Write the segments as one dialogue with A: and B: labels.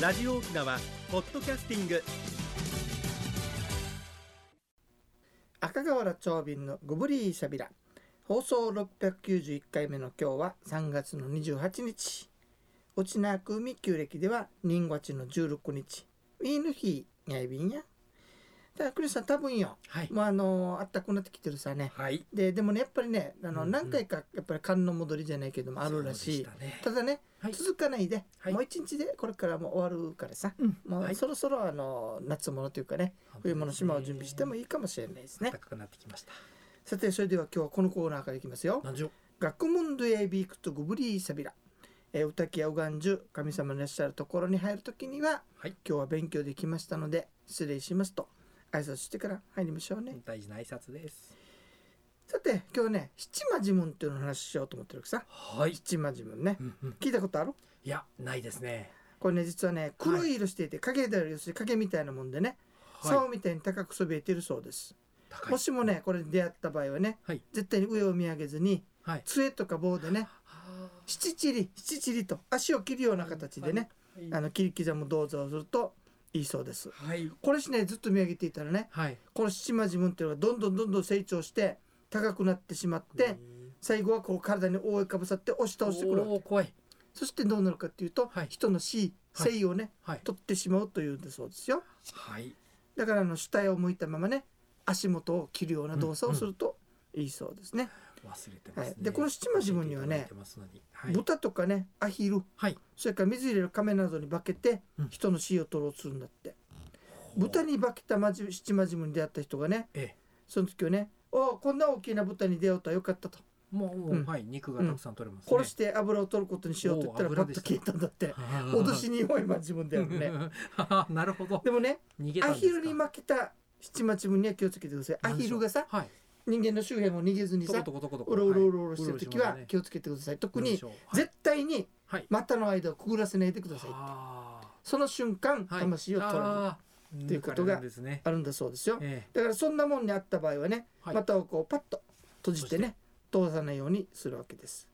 A: ラジオ沖縄ポッドキャスティング
B: 赤瓦長瓶のゴブリーシャビラ放送691回目の今日は3月の28日落ちなく海旧暦では人月の16日ウィーヌヒーやいびんやだからクリスさん多分よ
A: はい
B: もうあのーあったくなってきてるさね
A: はい
B: ででもねやっぱりねあの、
A: うんうん
B: 何回かやっぱり寒の戻りじゃないけどもあるら
A: そ
B: しい
A: うでしたね
B: ただね、
A: はい
B: 続かないで、
A: はい
B: もう一日でこれからもう終わるからさ
A: うん
B: も
A: は
B: う
A: い
B: そろそろあの夏物というかね冬物島を準備してもいいかもしれないですね
A: 暖かくなってきました
B: さてそれでは今日はこのコーナーからいきますよ
A: 何十
B: 「学問でエビークとグブリーサビラ」えー「歌木やおがんじゅう神様のいらっしゃるところに入るときには、
A: はい
B: 今日は勉強できましたので失礼します」と挨拶してから入りましょうね、
A: 大事な挨拶です
B: さて今日ね七魔呪文っていうのを話しようと思ってるわけさ
A: はい
B: 七魔呪文ね
A: うんうん
B: 聞いたことある
A: いやないですね
B: これね実はね黒い色していて影である要するに影みたいなもんでね竿
A: い
B: みたいに高くそびえてるそうです、
A: 高い
B: もしもねこれに出会った場合はね、
A: はい
B: 絶対に上を見上げずに
A: はい
B: 杖とか棒でね
A: は
B: 七ちり七ちりと足を切るような形でね、
A: はい
B: あの切り刻む動作をするといいそうです
A: はい
B: これしねずっと見上げていたらね
A: はい
B: この七魔自分っていうのがどんどんどんどん成長して高くなってしまって、最後はこう体に覆いかぶさって押し倒してくるわけ
A: おー怖い
B: そしてどうなるかっていうと、
A: はい
B: 人の死
A: はい
B: 生をね、
A: はい
B: 取ってしまうというんだそうですよ
A: はい
B: だからあの主体を向いたままね足元を切るような動作をするといいそうですね、
A: 忘れてますね
B: はいでこの七魔呪文には
A: 教
B: ね
A: えていただいてますのにはい
B: 豚とかねアヒル
A: はい
B: それから水入れる亀などに化けて
A: うん
B: 人の死を取ろうとするんだって、豚に化けたまじ七魔自分に出会った人がね
A: ええ
B: その時はね「おおこんな大きな豚に出会うとはよかった」と
A: もう、
B: うん
A: はい肉がたくさん取れます
B: 「
A: ね、
B: 殺して油を取ることにしよう」と言ったら
A: おー
B: パ
A: 油で
B: ッと
A: した
B: 消えたんだ って脅
A: 脅
B: しに弱い魔自分だよね
A: なるほど
B: でもね
A: 逃げたん
B: ア
A: ですか
B: ヒルに負けた七町分には気をつけてくださいアヒルがさ
A: はい
B: 人間の周辺を逃げずに
A: トコ
B: さ
A: トコトコトコ
B: うろうろうろうろ
A: い
B: してる時
A: うろうろしま
B: は
A: すね
B: 気をつけてください特
A: どうで
B: に
A: しょうはい
B: 絶対に
A: はい
B: 股の間をくぐらせないでください
A: あ
B: その瞬
A: ー
B: 間
A: はい
B: 魂を取る
A: あー
B: っていうことが
A: 抜かれるんですね
B: あるんだそうですよ
A: ええ
B: だからそんなもんにあった場合はね
A: はい
B: 股をこうパッと閉じてね通さないようにするわけです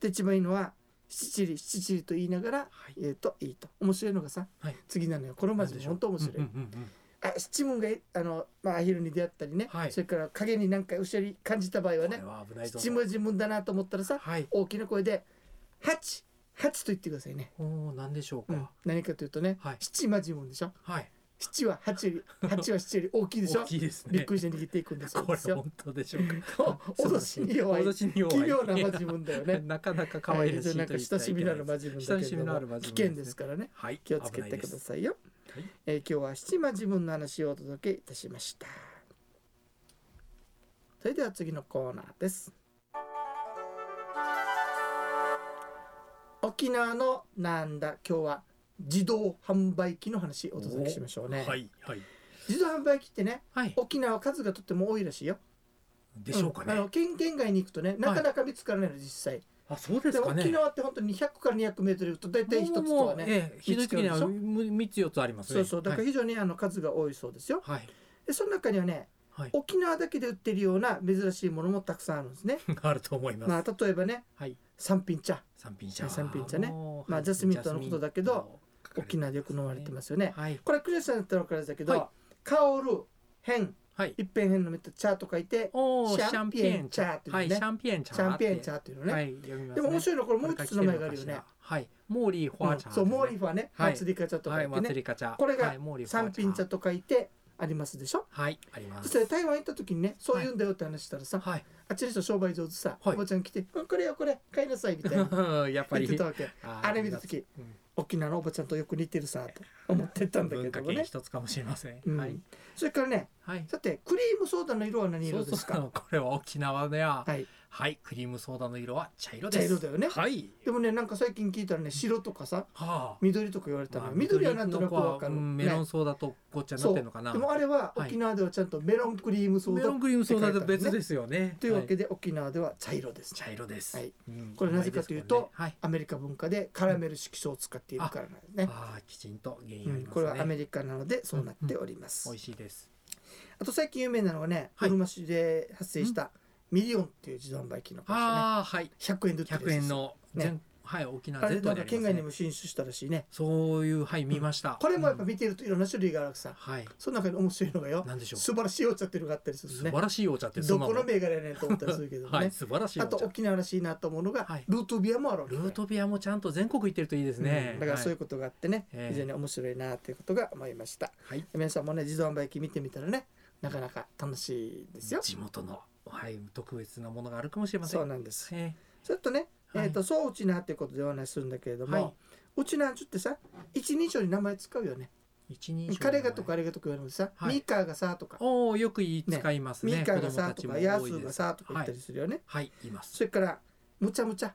B: で一番いいのは七チリ七チリと言いながら
A: はい
B: 言うといいと面白いのがさ
A: はい
B: 次なのよこのマジで本当面白い
A: うんうんうんうん
B: あ七文があの、まあ、アヒルに出会ったりね、
A: はい
B: それから影に何か後ろに感じた場合は
A: こ
B: ね
A: れは危ないぞ
B: 七文自分だなと思ったらさ
A: はい
B: 大きな声で「八八」と言ってくださいね、
A: おお何でしょう
B: う
A: か、
B: ん、何かというとね、
A: はい
B: 七魔自分でしょ
A: はい
B: 七は八より八は七より大きいでしょ
A: 大きいですね
B: びっくりして逃げていくんですよ
A: これ本当でしょうか
B: こう脅しに弱い
A: 脅しに弱い
B: 奇妙な魔自分だよね
A: なかなか可愛らしいと言
B: なん
A: っ
B: か
A: て
B: 親しみのある
A: はい
B: 魔自分だけ
A: 親し
B: れ
A: み
B: ど
A: のあ
B: も
A: る魔自分ですね
B: 危険ですからね
A: はい
B: 気をつけてくださいよ
A: 危ないです
B: えー今日は七魔自分の話をお届けいたしましたそれでは次のコーナーです沖縄のなんだ今日は自動販売機の話をお届けしましょうね、
A: はいはい
B: 自動販売機ってね
A: はい
B: 沖縄は数がとっても多いらしいよ
A: でしょうかね、
B: んあの県県外に行くとねなかなか見つからないの実際、
A: あそうです
B: で
A: かね
B: 沖縄って本当に100から200メートル行くと大体一つとはね
A: ええ、ひどい時には
B: 見つかる
A: 三つ四つありますね。
B: そうそうだから非常にあの数が多いそうですよ、
A: はい
B: でその中にはね
A: はい、
B: 沖縄だけで売ってるような珍しいものもたくさんあるんですね。
A: あると思い ます。
B: まあ、例えばね
A: はい、
B: 三品茶
A: 三品茶。
B: はい三品茶ね
A: もう
B: まあ
A: はい
B: ジャスミン茶のことだけ
A: ジ
B: ど
A: ャスミン茶
B: 沖縄でよく飲まれてますよね。
A: はい
B: これクリスさんだったら分かるんだけど、
A: はい
B: 香る変
A: はい。
B: 一辺変のめった茶と書いて
A: おお、
B: シ
A: シ
B: ャ
A: ャ
B: ン
A: ン
B: ピ
A: ピ
B: エ
A: エ
B: ン
A: ン
B: 茶
A: 茶
B: っていうね
A: はい、シャンピエン
B: シ
A: 茶。
B: ャンピエン茶っていうのね。
A: はい、読みます、
B: で
A: ね。
B: も面
A: い
B: 白いのはこれもう一つ名前があるよね。。
A: はい、モーリーフォア茶、
B: うんそうモーリーフはね、
A: はい
B: 祭りか茶と
A: は
B: か
A: い、
B: 言って
A: 祭
B: ね
A: りか茶。
B: これが
A: はいモーリーフォア
B: 三品茶。と書いてありますでしょ。
A: はい、ありま
B: そし
A: す。
B: て台湾行った時にねそういうんだよって話したらさ、
A: はい、
B: あっちの人商売上手さ、
A: はい
B: おばちゃん来て「うんこれよこれ買いなさい」みたい な
A: やっぱ
B: 言っ
A: り
B: てたわけ。
A: あー
B: あれ見た時
A: うん
B: 沖縄のおばちゃんとよく似てるさと思ってたんだけ
A: 文
B: ど
A: 化
B: も
A: 圏
B: ね、
A: 一つかもしれません。
B: うん
A: はい、
B: それからね
A: はい。
B: さてクリームソーダの色は何色ですか
A: そう そうこれは沖縄では、
B: はい
A: はい、クリームソーダの色は茶色
B: 茶
A: です。
B: 色だよね
A: はい。
B: でもねなんか最近聞いたらね白とかさ
A: はあ。
B: 緑とか言われたのよ、緑はなんとなくわか
A: 緑の子はう
B: る、
A: ん
B: ね
A: メロンソーダと紅茶になってるのかな。
B: でもあれは
A: はい
B: 沖縄ではちゃんとメロンクリームソ
A: メ
B: ーダ、
A: ロンクリームソーダと別ですよね。
B: というわけ
A: は
B: で沖縄では茶色です、
A: い茶色です。
B: はい
A: うん
B: これなぜかという
A: 甘で
B: と
A: すもんね
B: アメリカ文化でカラメル色素を使っているからなんですね,、
A: はい。ああ、きちんと原
B: う
A: 因あ
B: ん、
A: りますね。
B: これはアメリカなのでそうなっております、
A: 美味しいです。
B: あと最近有名なのはね、う
A: はい
B: るま市で発生したミリオンっていう自動販売機の会社ね。
A: ああ、はい。
B: 100円で売ってるや
A: 100
B: つ
A: 円の
B: ね
A: 全はい、沖縄
B: あれ
A: 全
B: な
A: 土
B: ん
A: で
B: か
A: あり
B: 県
A: ます
B: 外に
A: ね
B: も。進出したらしいね
A: そういう、はい、見ました。
B: これもやっぱ見てるといろんな種類があるわけさ、
A: はい、
B: その中に面白いのがよ
A: なんでしょう。
B: 素晴らしいお茶っていうのがあったりする
A: 素
B: ね
A: 晴らしいお茶って、そ
B: ど
A: んな
B: この
A: の。
B: 銘柄やねんと思ったりするけどね、
A: はい、素晴らしい
B: あ
A: お
B: と
A: 茶。
B: 沖縄らしいなと思うのが、
A: はい
B: ルートビアもあるわけ
A: ル
B: だよ
A: ートビアもちゃんと全国行ってるといいですね。
B: うんだからそういう
A: は
B: ことがあってね、
A: ええ
B: 非常に面白いなということが思いました
A: い、はい
B: 皆さんもね自動販売機見てみたらねなかなか楽しいですよ
A: 地元の、はい、特別なものがあるかもしれません。
B: そうなんです
A: え
B: ちょっとね、
A: はい
B: えー、とそううちなっていうことでお話しするんだけれども、
A: は
B: うちなちょってさ一人称に名前使うよね
A: い、一人称の名前
B: カレガとかあれがとか言われるのさ、
A: はい
B: ミーカーがさとか、
A: おお、よく言い使います
B: ミ
A: ね。
B: ーカーがさとか
A: 子
B: ヤ
A: 供た
B: ース
A: ちも多い
B: ー
A: で
B: が
A: す
B: さとか言ったりするよね、
A: はい、います。
B: それからむちゃむちゃ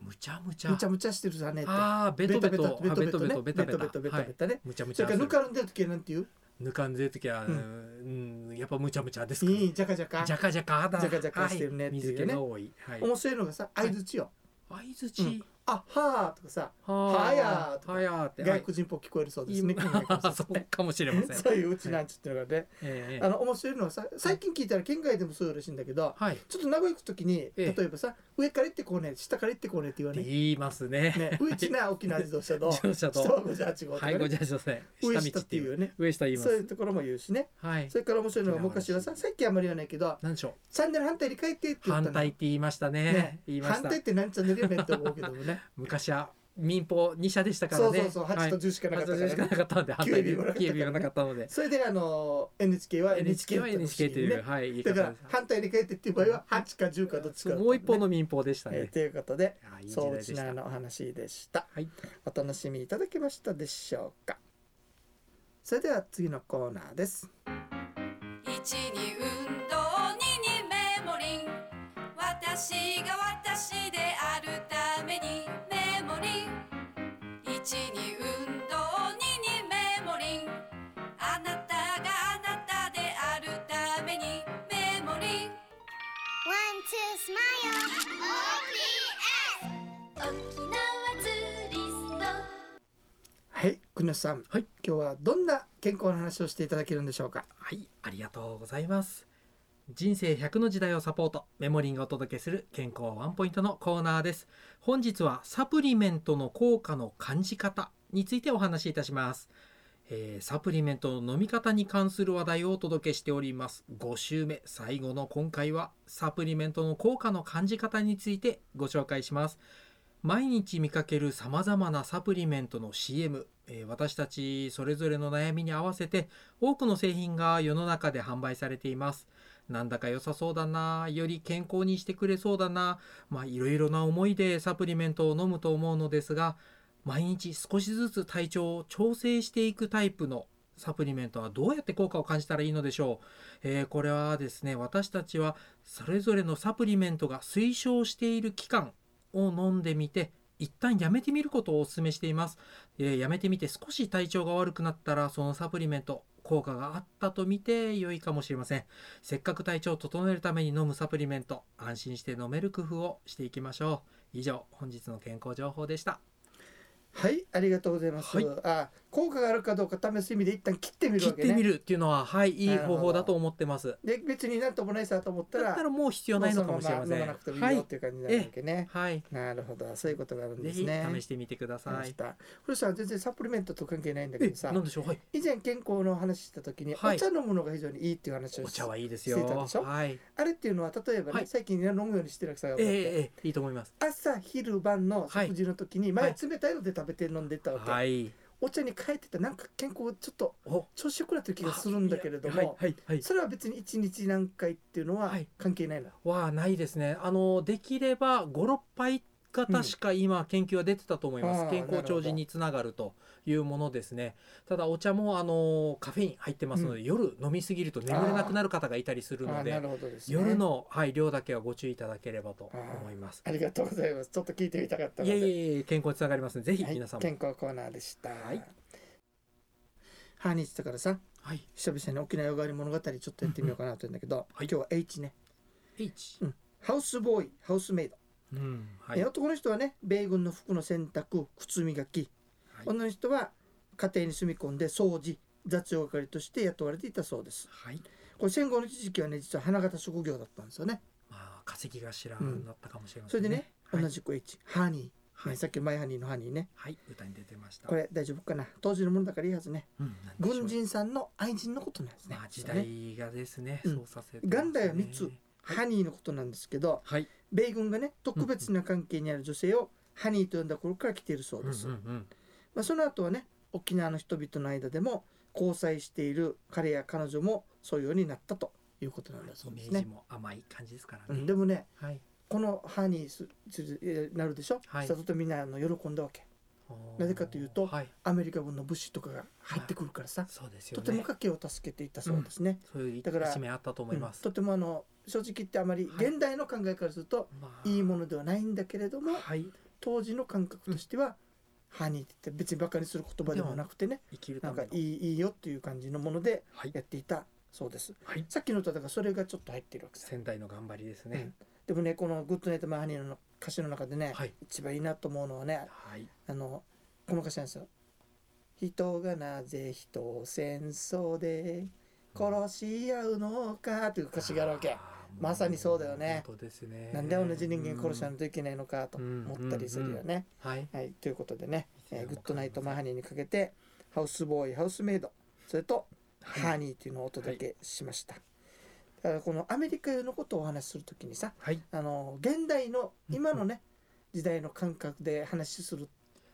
A: むちゃむちゃ。
B: むちゃむちゃしてるさねって
A: ああ、ベトベト、
B: ベ
A: あ
B: ト
A: ベ
B: ベ
A: トベト、
B: トベト
A: ベ
B: ベ
A: タ
B: ト
A: ベ
B: ベトベトベ
A: タ。
B: ト
A: はい
B: ベタね
A: むちゃむち
B: そ
A: ゃ
B: れ
A: する。
B: からぬかるんでる時はなんていう
A: ぬかんぜるときは、う
B: うん
A: ん、やっぱむちゃむちゃですか。
B: いいじゃかじゃか
A: じゃかじゃかだ。
B: じゃかじゃかしてるね
A: はい
B: っていうね
A: 水気が多い。はい。
B: 面白いのがさ相づちよ、
A: 相づち。
B: あはーとかさは
A: は
B: やーとか
A: はやーって。
B: 外国人っぽく聞こえるそうですね。
A: はい そうかもしれません。
B: そういううちなんちゅっていうのがね、
A: ええ
B: あの面白いのはさ最近聞いたら県外でもそうらしいんだけど
A: はい。っ
B: ちょっと名古屋行く時に例
A: ええ
B: えばさ上から行ってこうね下から行ってこうねって言わ
A: て
B: ない
A: 言いますね。
B: ね上ちな沖縄自動車道
A: 自動車
B: 下
A: と。
B: は58号とか
A: はい、
B: ね
A: ごじゃ女性。
B: 上
A: 下
B: 下
A: 道
B: っ
A: ってて
B: い
A: いう。
B: うね
A: 上下言いま
B: そうい
A: す
B: う。ところも言うしね
A: はい
B: そ。れから面白いのは昔はささっきあんまり言わないけど
A: なんでしょ
B: チャンネル反対に変えてって
A: う。
B: 言った
A: 反
B: の
A: 対って言いましたね。言いまし
B: 反
A: た
B: 対。って何チャンネルやねんって思うけど もね
A: 昔は民放二社でしたから
B: そう
A: ね。
B: そうそう8と10しかなか
A: 八と
B: ったから
A: 十
B: ね
A: しかなかったので反対で
B: 警備もなか
A: 警備がな
B: ったからね
A: かったので。
B: それであの NHK は
A: NHK は NHK という
B: ね
A: はい言い
B: だ
A: 方
B: か
A: で
B: ら反対に変えてっていう場合は8か10かどっち
A: す。
B: かだったんだね、
A: もう一方の民放でしたね
B: えー。ということで
A: あいい時
B: そう
A: 代
B: う
A: で
B: ち
A: した
B: な。のお話でした
A: はい。
B: お楽しみいただけましたでしょうかそれでは次のコーナーです
C: 一に運動二にメモリン私が私であるためにメモリン一に運動二にメモリンあなたがあなたであるためにメモリン
D: One, two, smile. OPS.
C: 沖縄ツーリスト
B: はい国吉さん、
A: はい
B: 今日はどんな健康の話をしていただけるんでしょうか
A: はい、ありがとうございます。人生100の時代をサポート、メモリンがお届けする健康ワンポイントのコーナーです。本日はサプリメントの効果の感じ方についてお話しいたします。えーサプリメントの飲み方に関する話題をお届けしております。5週目、最後の今回はサプリメントの効果の感じ方についてご紹介します。毎日見かける様々なサプリメントの CM、えー私たちそれぞれの悩みに合わせて多くの製品が世の中で販売されています。なんだか良さそうだな、より健康にしてくれそうだな、まあいろいろな思いでサプリメントを飲むと思うのですが、毎日少しずつ体調を調整していくタイプのサプリメントはどうやって効果を感じたらいいのでしょう、えーこれはですね、私たちはそれぞれのサプリメントが推奨している期間を飲んでみて、一旦やめてみることをお勧めしています。えーやめてみて少し体調が悪くなったらそのサプリメント効果があったと見て良いかもしれませんせっかく体調を整えるために飲むサプリメント安心して飲める工夫をしていきましょう以上本日の健康情報でした
B: はいありがとうございます、
A: はい
B: あ効果があるかどうか試す意味で一旦切ってみる
A: 切
B: わ
A: っ
B: け
A: て
B: ね
A: みるっていうのははいいい方法だと思ってます
B: で別になんともないさと思った
A: だ
B: ら
A: ったらもう必要ないのかもしれませ
B: うその
A: ん
B: まま飲まなくても
A: はい
B: いよ
A: い
B: っていう感じになるわけね、
A: はい
B: なるほどそういうことがあるん
A: ぜ
B: です
A: ひ
B: ね
A: 試してみてくだ
B: わか
A: さ
B: りまし
A: い
B: たこれさ全然サプリメントと関係ないんだけ
A: え
B: どさ
A: なんでしょうはい
B: 以前健康の話した時に、
A: はい
B: お茶飲むのが非常にいいっていう話を
A: お
B: し
A: 茶はいいですよ
B: してたでしょ
A: はい
B: あれっていうのは例えばね、
A: はい
B: 最近ね飲むようにしてるさがあっ
A: ええ
B: て、
A: ええいいと思います
B: 朝昼晩の食事の時に、
A: はい
B: 前冷たいので食べて飲んでたわけ、
A: はい
B: お茶に変えてたなんか健康ちょっと
A: お
B: 調子良くなった気がするんだけれども、
A: はいはいはい
B: それは別に一日何回っていうのは
A: はい
B: 関係ないの、
A: はないですね。あのできれば56杯が確か今研究は出てたと思います。
B: ああ
A: 健康長寿につながるというものですね。ただお茶もあのカフェイン入ってますので、夜飲みすぎると眠れなくなる方がいたりする
B: あ
A: の
B: ーな
A: で、
B: るほどです、ね、
A: 夜のはい量だけはご注意いただければと思います。
B: ありがとうございますちょっと聞いてみたかったの
A: いえ
B: で
A: いえいえ健康につながりますので、ぜひ
B: はい
A: 皆さんも。
B: 健康コーナーでした
A: はい
B: ハニーだからさ
A: はい。
B: 久々に沖縄よがり物語ちょっとやってみようかなと思うんだけど、
A: はい
B: 今日は H ね
A: H
B: う。んハウスボーイハウスメイド、
A: うん。は
B: え
A: い。
B: 男の人はね米軍の服の洗濯靴磨き、
A: はい
B: 女の人は家庭に住み込んで掃除雑用係として雇われていたそうです
A: はい。
B: これ戦後の一時期はね実は花形職業だったんですよね
A: まあ化石が知らんなったかもしれま
B: そ
A: せ
B: れ
A: ん
B: でね
A: ね。はい
B: 同じく H ハニー
A: はい
B: ねさっきマイハニーのハニーね
A: はい歌に出てました
B: これ大丈夫かな当時のものだからいいはずね
A: うんなんでしょう
B: 軍人さんの愛人のことなんですね,、
A: まあ時
B: ね
A: 代がですね
B: うん
A: そうさせてますね
B: 元来は三つハニーのことなんですけど
A: はい
B: 米軍がね特別な関係にある女性をハニーと呼んだ頃から来ているそう
A: うんう
B: です、
A: ん
B: まあ、その後はね沖縄の人々の間でも交際している彼や彼女もそういうようになったということなんだ
A: う
B: そ
A: ん
B: う
A: イメ
B: です
A: ージ
B: ね、
A: も甘い感じですから
B: う
A: ね
B: ん、でもね
A: はい
B: このハニーすすえーなるでしょ、
A: はい
B: したらとてもみんなあの喜んだわけ
A: おー
B: なぜかというと
A: はい
B: アメリカ軍の物資とかが入ってくるからさ、
A: そうですよ
B: と
A: ね
B: ても家計を助けていったそうですね、
A: そういう
B: だから
A: 一面あったと思います
B: うんとてもあの正直言ってあまり
A: はい
B: 現代の考えからすると
A: まあ
B: いいものではないんだけれども、
A: はい
B: 当時の感覚としては、ハニーって別にバカにする言葉でもなくてね
A: 生きるた
B: なん
A: め
B: かい
A: の
B: いいいよっていう感じのもので
A: はい
B: やっていたそうです
A: はい
B: さっきの歌だからそれがちょっと入ってるわけです
A: 仙台の頑張りですね
B: でもねこの「グッドナイトマイハニー」の歌詞の中でね、
A: はい
B: 一番いいなと思うのはね
A: はい
B: あのこの歌詞なんですよ「人がなぜ人を戦争で殺し合うのか」という歌詞があるわけ
A: あ。ーもう
B: まさにそうだよね
A: 本当ですね
B: なんで同じ人間殺しないといけないのかと
A: うん
B: 思ったりするよね。
A: うんはい
B: はい、ということでね「
A: いや
B: えーグッドナイトマイハニー」にかけてハウスボーイハウスメイドそれとハニーというのをお届けしました。だからこのアメリカのことをお話しするときにさ
A: はい
B: あの現代の今のね時代の感覚で話しする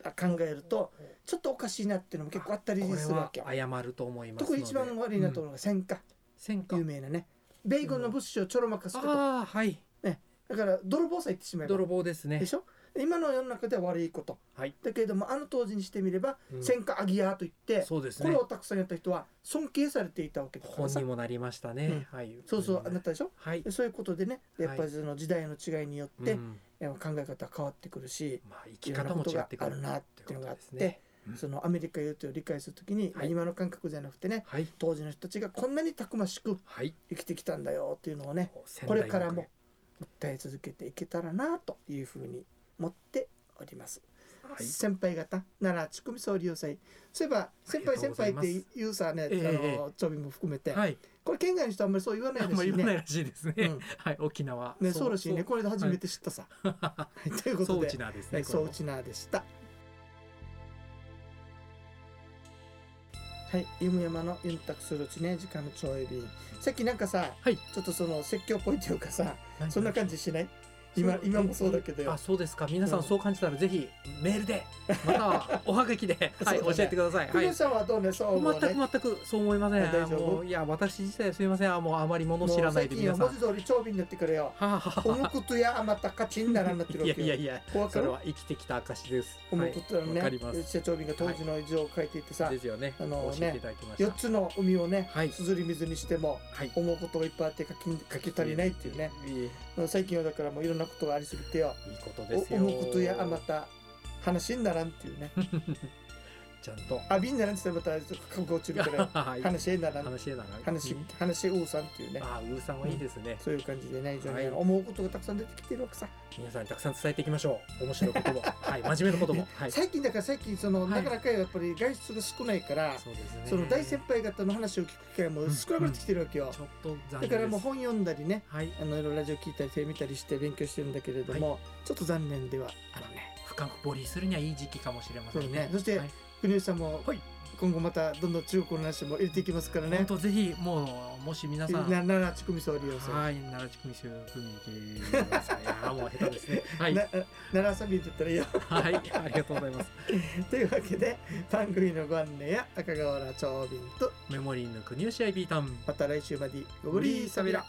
B: あ考えるとちょっとおかしいなっていうのも結構あったり
A: これ
B: するわ
A: は
B: けよ。
A: 謝ると思いますの
B: 特
A: で
B: に一番悪いなと
A: う
B: 思うんのが戦火、
A: 戦果
B: 有名なね米軍の物資をちょろまかすこと
A: ああはい
B: だから泥棒さえ言ってしまえば
A: 泥棒ですね
B: でしょ今の世の中では悪いこと
A: はい
B: だけれどもあの当時にしてみれば、
A: うん
B: 戦火アギアといって、
A: そうです
B: これ
A: ね
B: をたくさんやった人は尊敬されていたわけだから
A: 本
B: さ
A: にもなりましたねはい
B: そうそうあ
A: ん
B: なったでしょ
A: はい
B: でそういうことでね
A: はい
B: やっぱりその時代の違いによって、
A: うん
B: やっぱ考え方変わってくるし
A: まあ生き方も違ってく
B: いろんなことがあるなっていうのがあってそのアメリカ言うを理解するときに、
A: はい
B: 今の感覚じゃなくてね
A: はい
B: 当時の人たちがこんなにたくましく
A: はい
B: 生きてきたんだよっていうのをね
A: 仙
B: こ
A: 台
B: れ
A: の
B: からも訴え続けていけたらなというふうに思っております。
A: はい
B: 先輩方奈良ちくみ総理要塞そういえば先輩
A: ありがと
B: 先
A: うござ
B: 輩
A: い
B: っ
A: ます
B: て言うさね、
A: ええ
B: あのちょびも含めて、
A: はい
B: これ県外の人あんまりそう言わない
A: あ
B: ら
A: んま
B: し
A: り
B: い
A: 言わない
B: ね。
A: らしいですね
B: うん
A: はい沖縄
B: ね、そうらしいね
A: そう
B: これで初めて知ったさ。はい、というこ
A: そう
B: と
A: ウ
B: で
A: チナーです
B: は
A: ね
B: いそううちなでした。はい、ゆむやまのゆんたくするうちね時間のちょい便さっきなんかさ、
A: はい
B: ちょっとその説教っぽいというかさ
A: な
B: そんな感じしない今
A: そう
B: 今もそうだけどよ
A: あそうですか皆さ
B: うん
A: んそう感じたらぜひメールでまた はおはがきで
B: そう
A: は
B: だね
A: い教えてください
B: ク
A: はい
B: リアさんはどうねそう思うね
A: 全く全くそう思いません
B: あ大丈夫
A: もういや私自体すみませんあもうあまり
B: も
A: 物
B: う
A: 知らないで
B: 最
A: 皆
B: 近は
A: さん
B: 文
A: は
B: 字通り長瓶になってくれよ
A: あはあ
B: こ
A: は
B: の
A: あ
B: ことやあまたカチンならなってる わ
A: い
B: け
A: や
B: よ
A: いやいや
B: 怖か
A: それ
B: る
A: は生きてきた証です
B: この
A: はい
B: ことや
A: わかり
B: ね
A: ます
B: うちは長瓶が当時の字を書いていてさ
A: ですよね
B: あ
A: あ
B: の
A: の
B: ね
A: 教えていただきまし
B: 4
A: た
B: つの海をね
A: はい
B: すずり水にしても
A: はい
B: 思うことがいっぱいあって書き書き足りないっていうね
A: いいいい
B: 最近はだからもういろんなことがありすぎてよ
A: こと
B: お
A: ですよ
B: 思うことやあまた話にならんっ ていうね
A: ちゃんと
B: あびにならんって言ったらまた覚悟落ちるからよ
A: はい
B: 話にならん
A: 話しながら
B: 話
A: うん
B: 話うさんっていうね
A: あーうーさんはいいですね
B: そういう感じでね非常にあの
A: はい
B: 思うことがたくさん出てきてるわけさ
A: 皆さんにたくさん伝えていきましょう面白いこと もはい真面目なこともはい
B: 最近だから最近その、
A: はい
B: なかなかやっぱり外出が少ないから
A: そうですね
B: その大先輩方の話を聞く機会も少なくなってきてるわけよ
A: ちょ、っと残念です
B: だからもう本読んだりね
A: はい
B: あのいろいろラジオ聞いたりテレビ見たりして勉強してるんだけれども、ちょっと残念ではあるね
A: 深く掘りするにはいい時期かもしれません
B: そうね
A: ね
B: そして
A: はい
B: 国吉さんも、
A: はい
B: 今後またどんどん中国の話も入れていきますからね
A: 本当ぜひもうもし皆さん
B: な奈良地区味噌を利用する、
A: はい奈良地区に集組に行ってく ださいいやーもう下手ですねはい
B: な奈良遊びにとったらいいよ
A: はいありがとうございます
B: というわけで番組のご案内や赤瓦長瓶と
A: メモリーの国吉 IB タウン
B: また来週までごぶりーさびら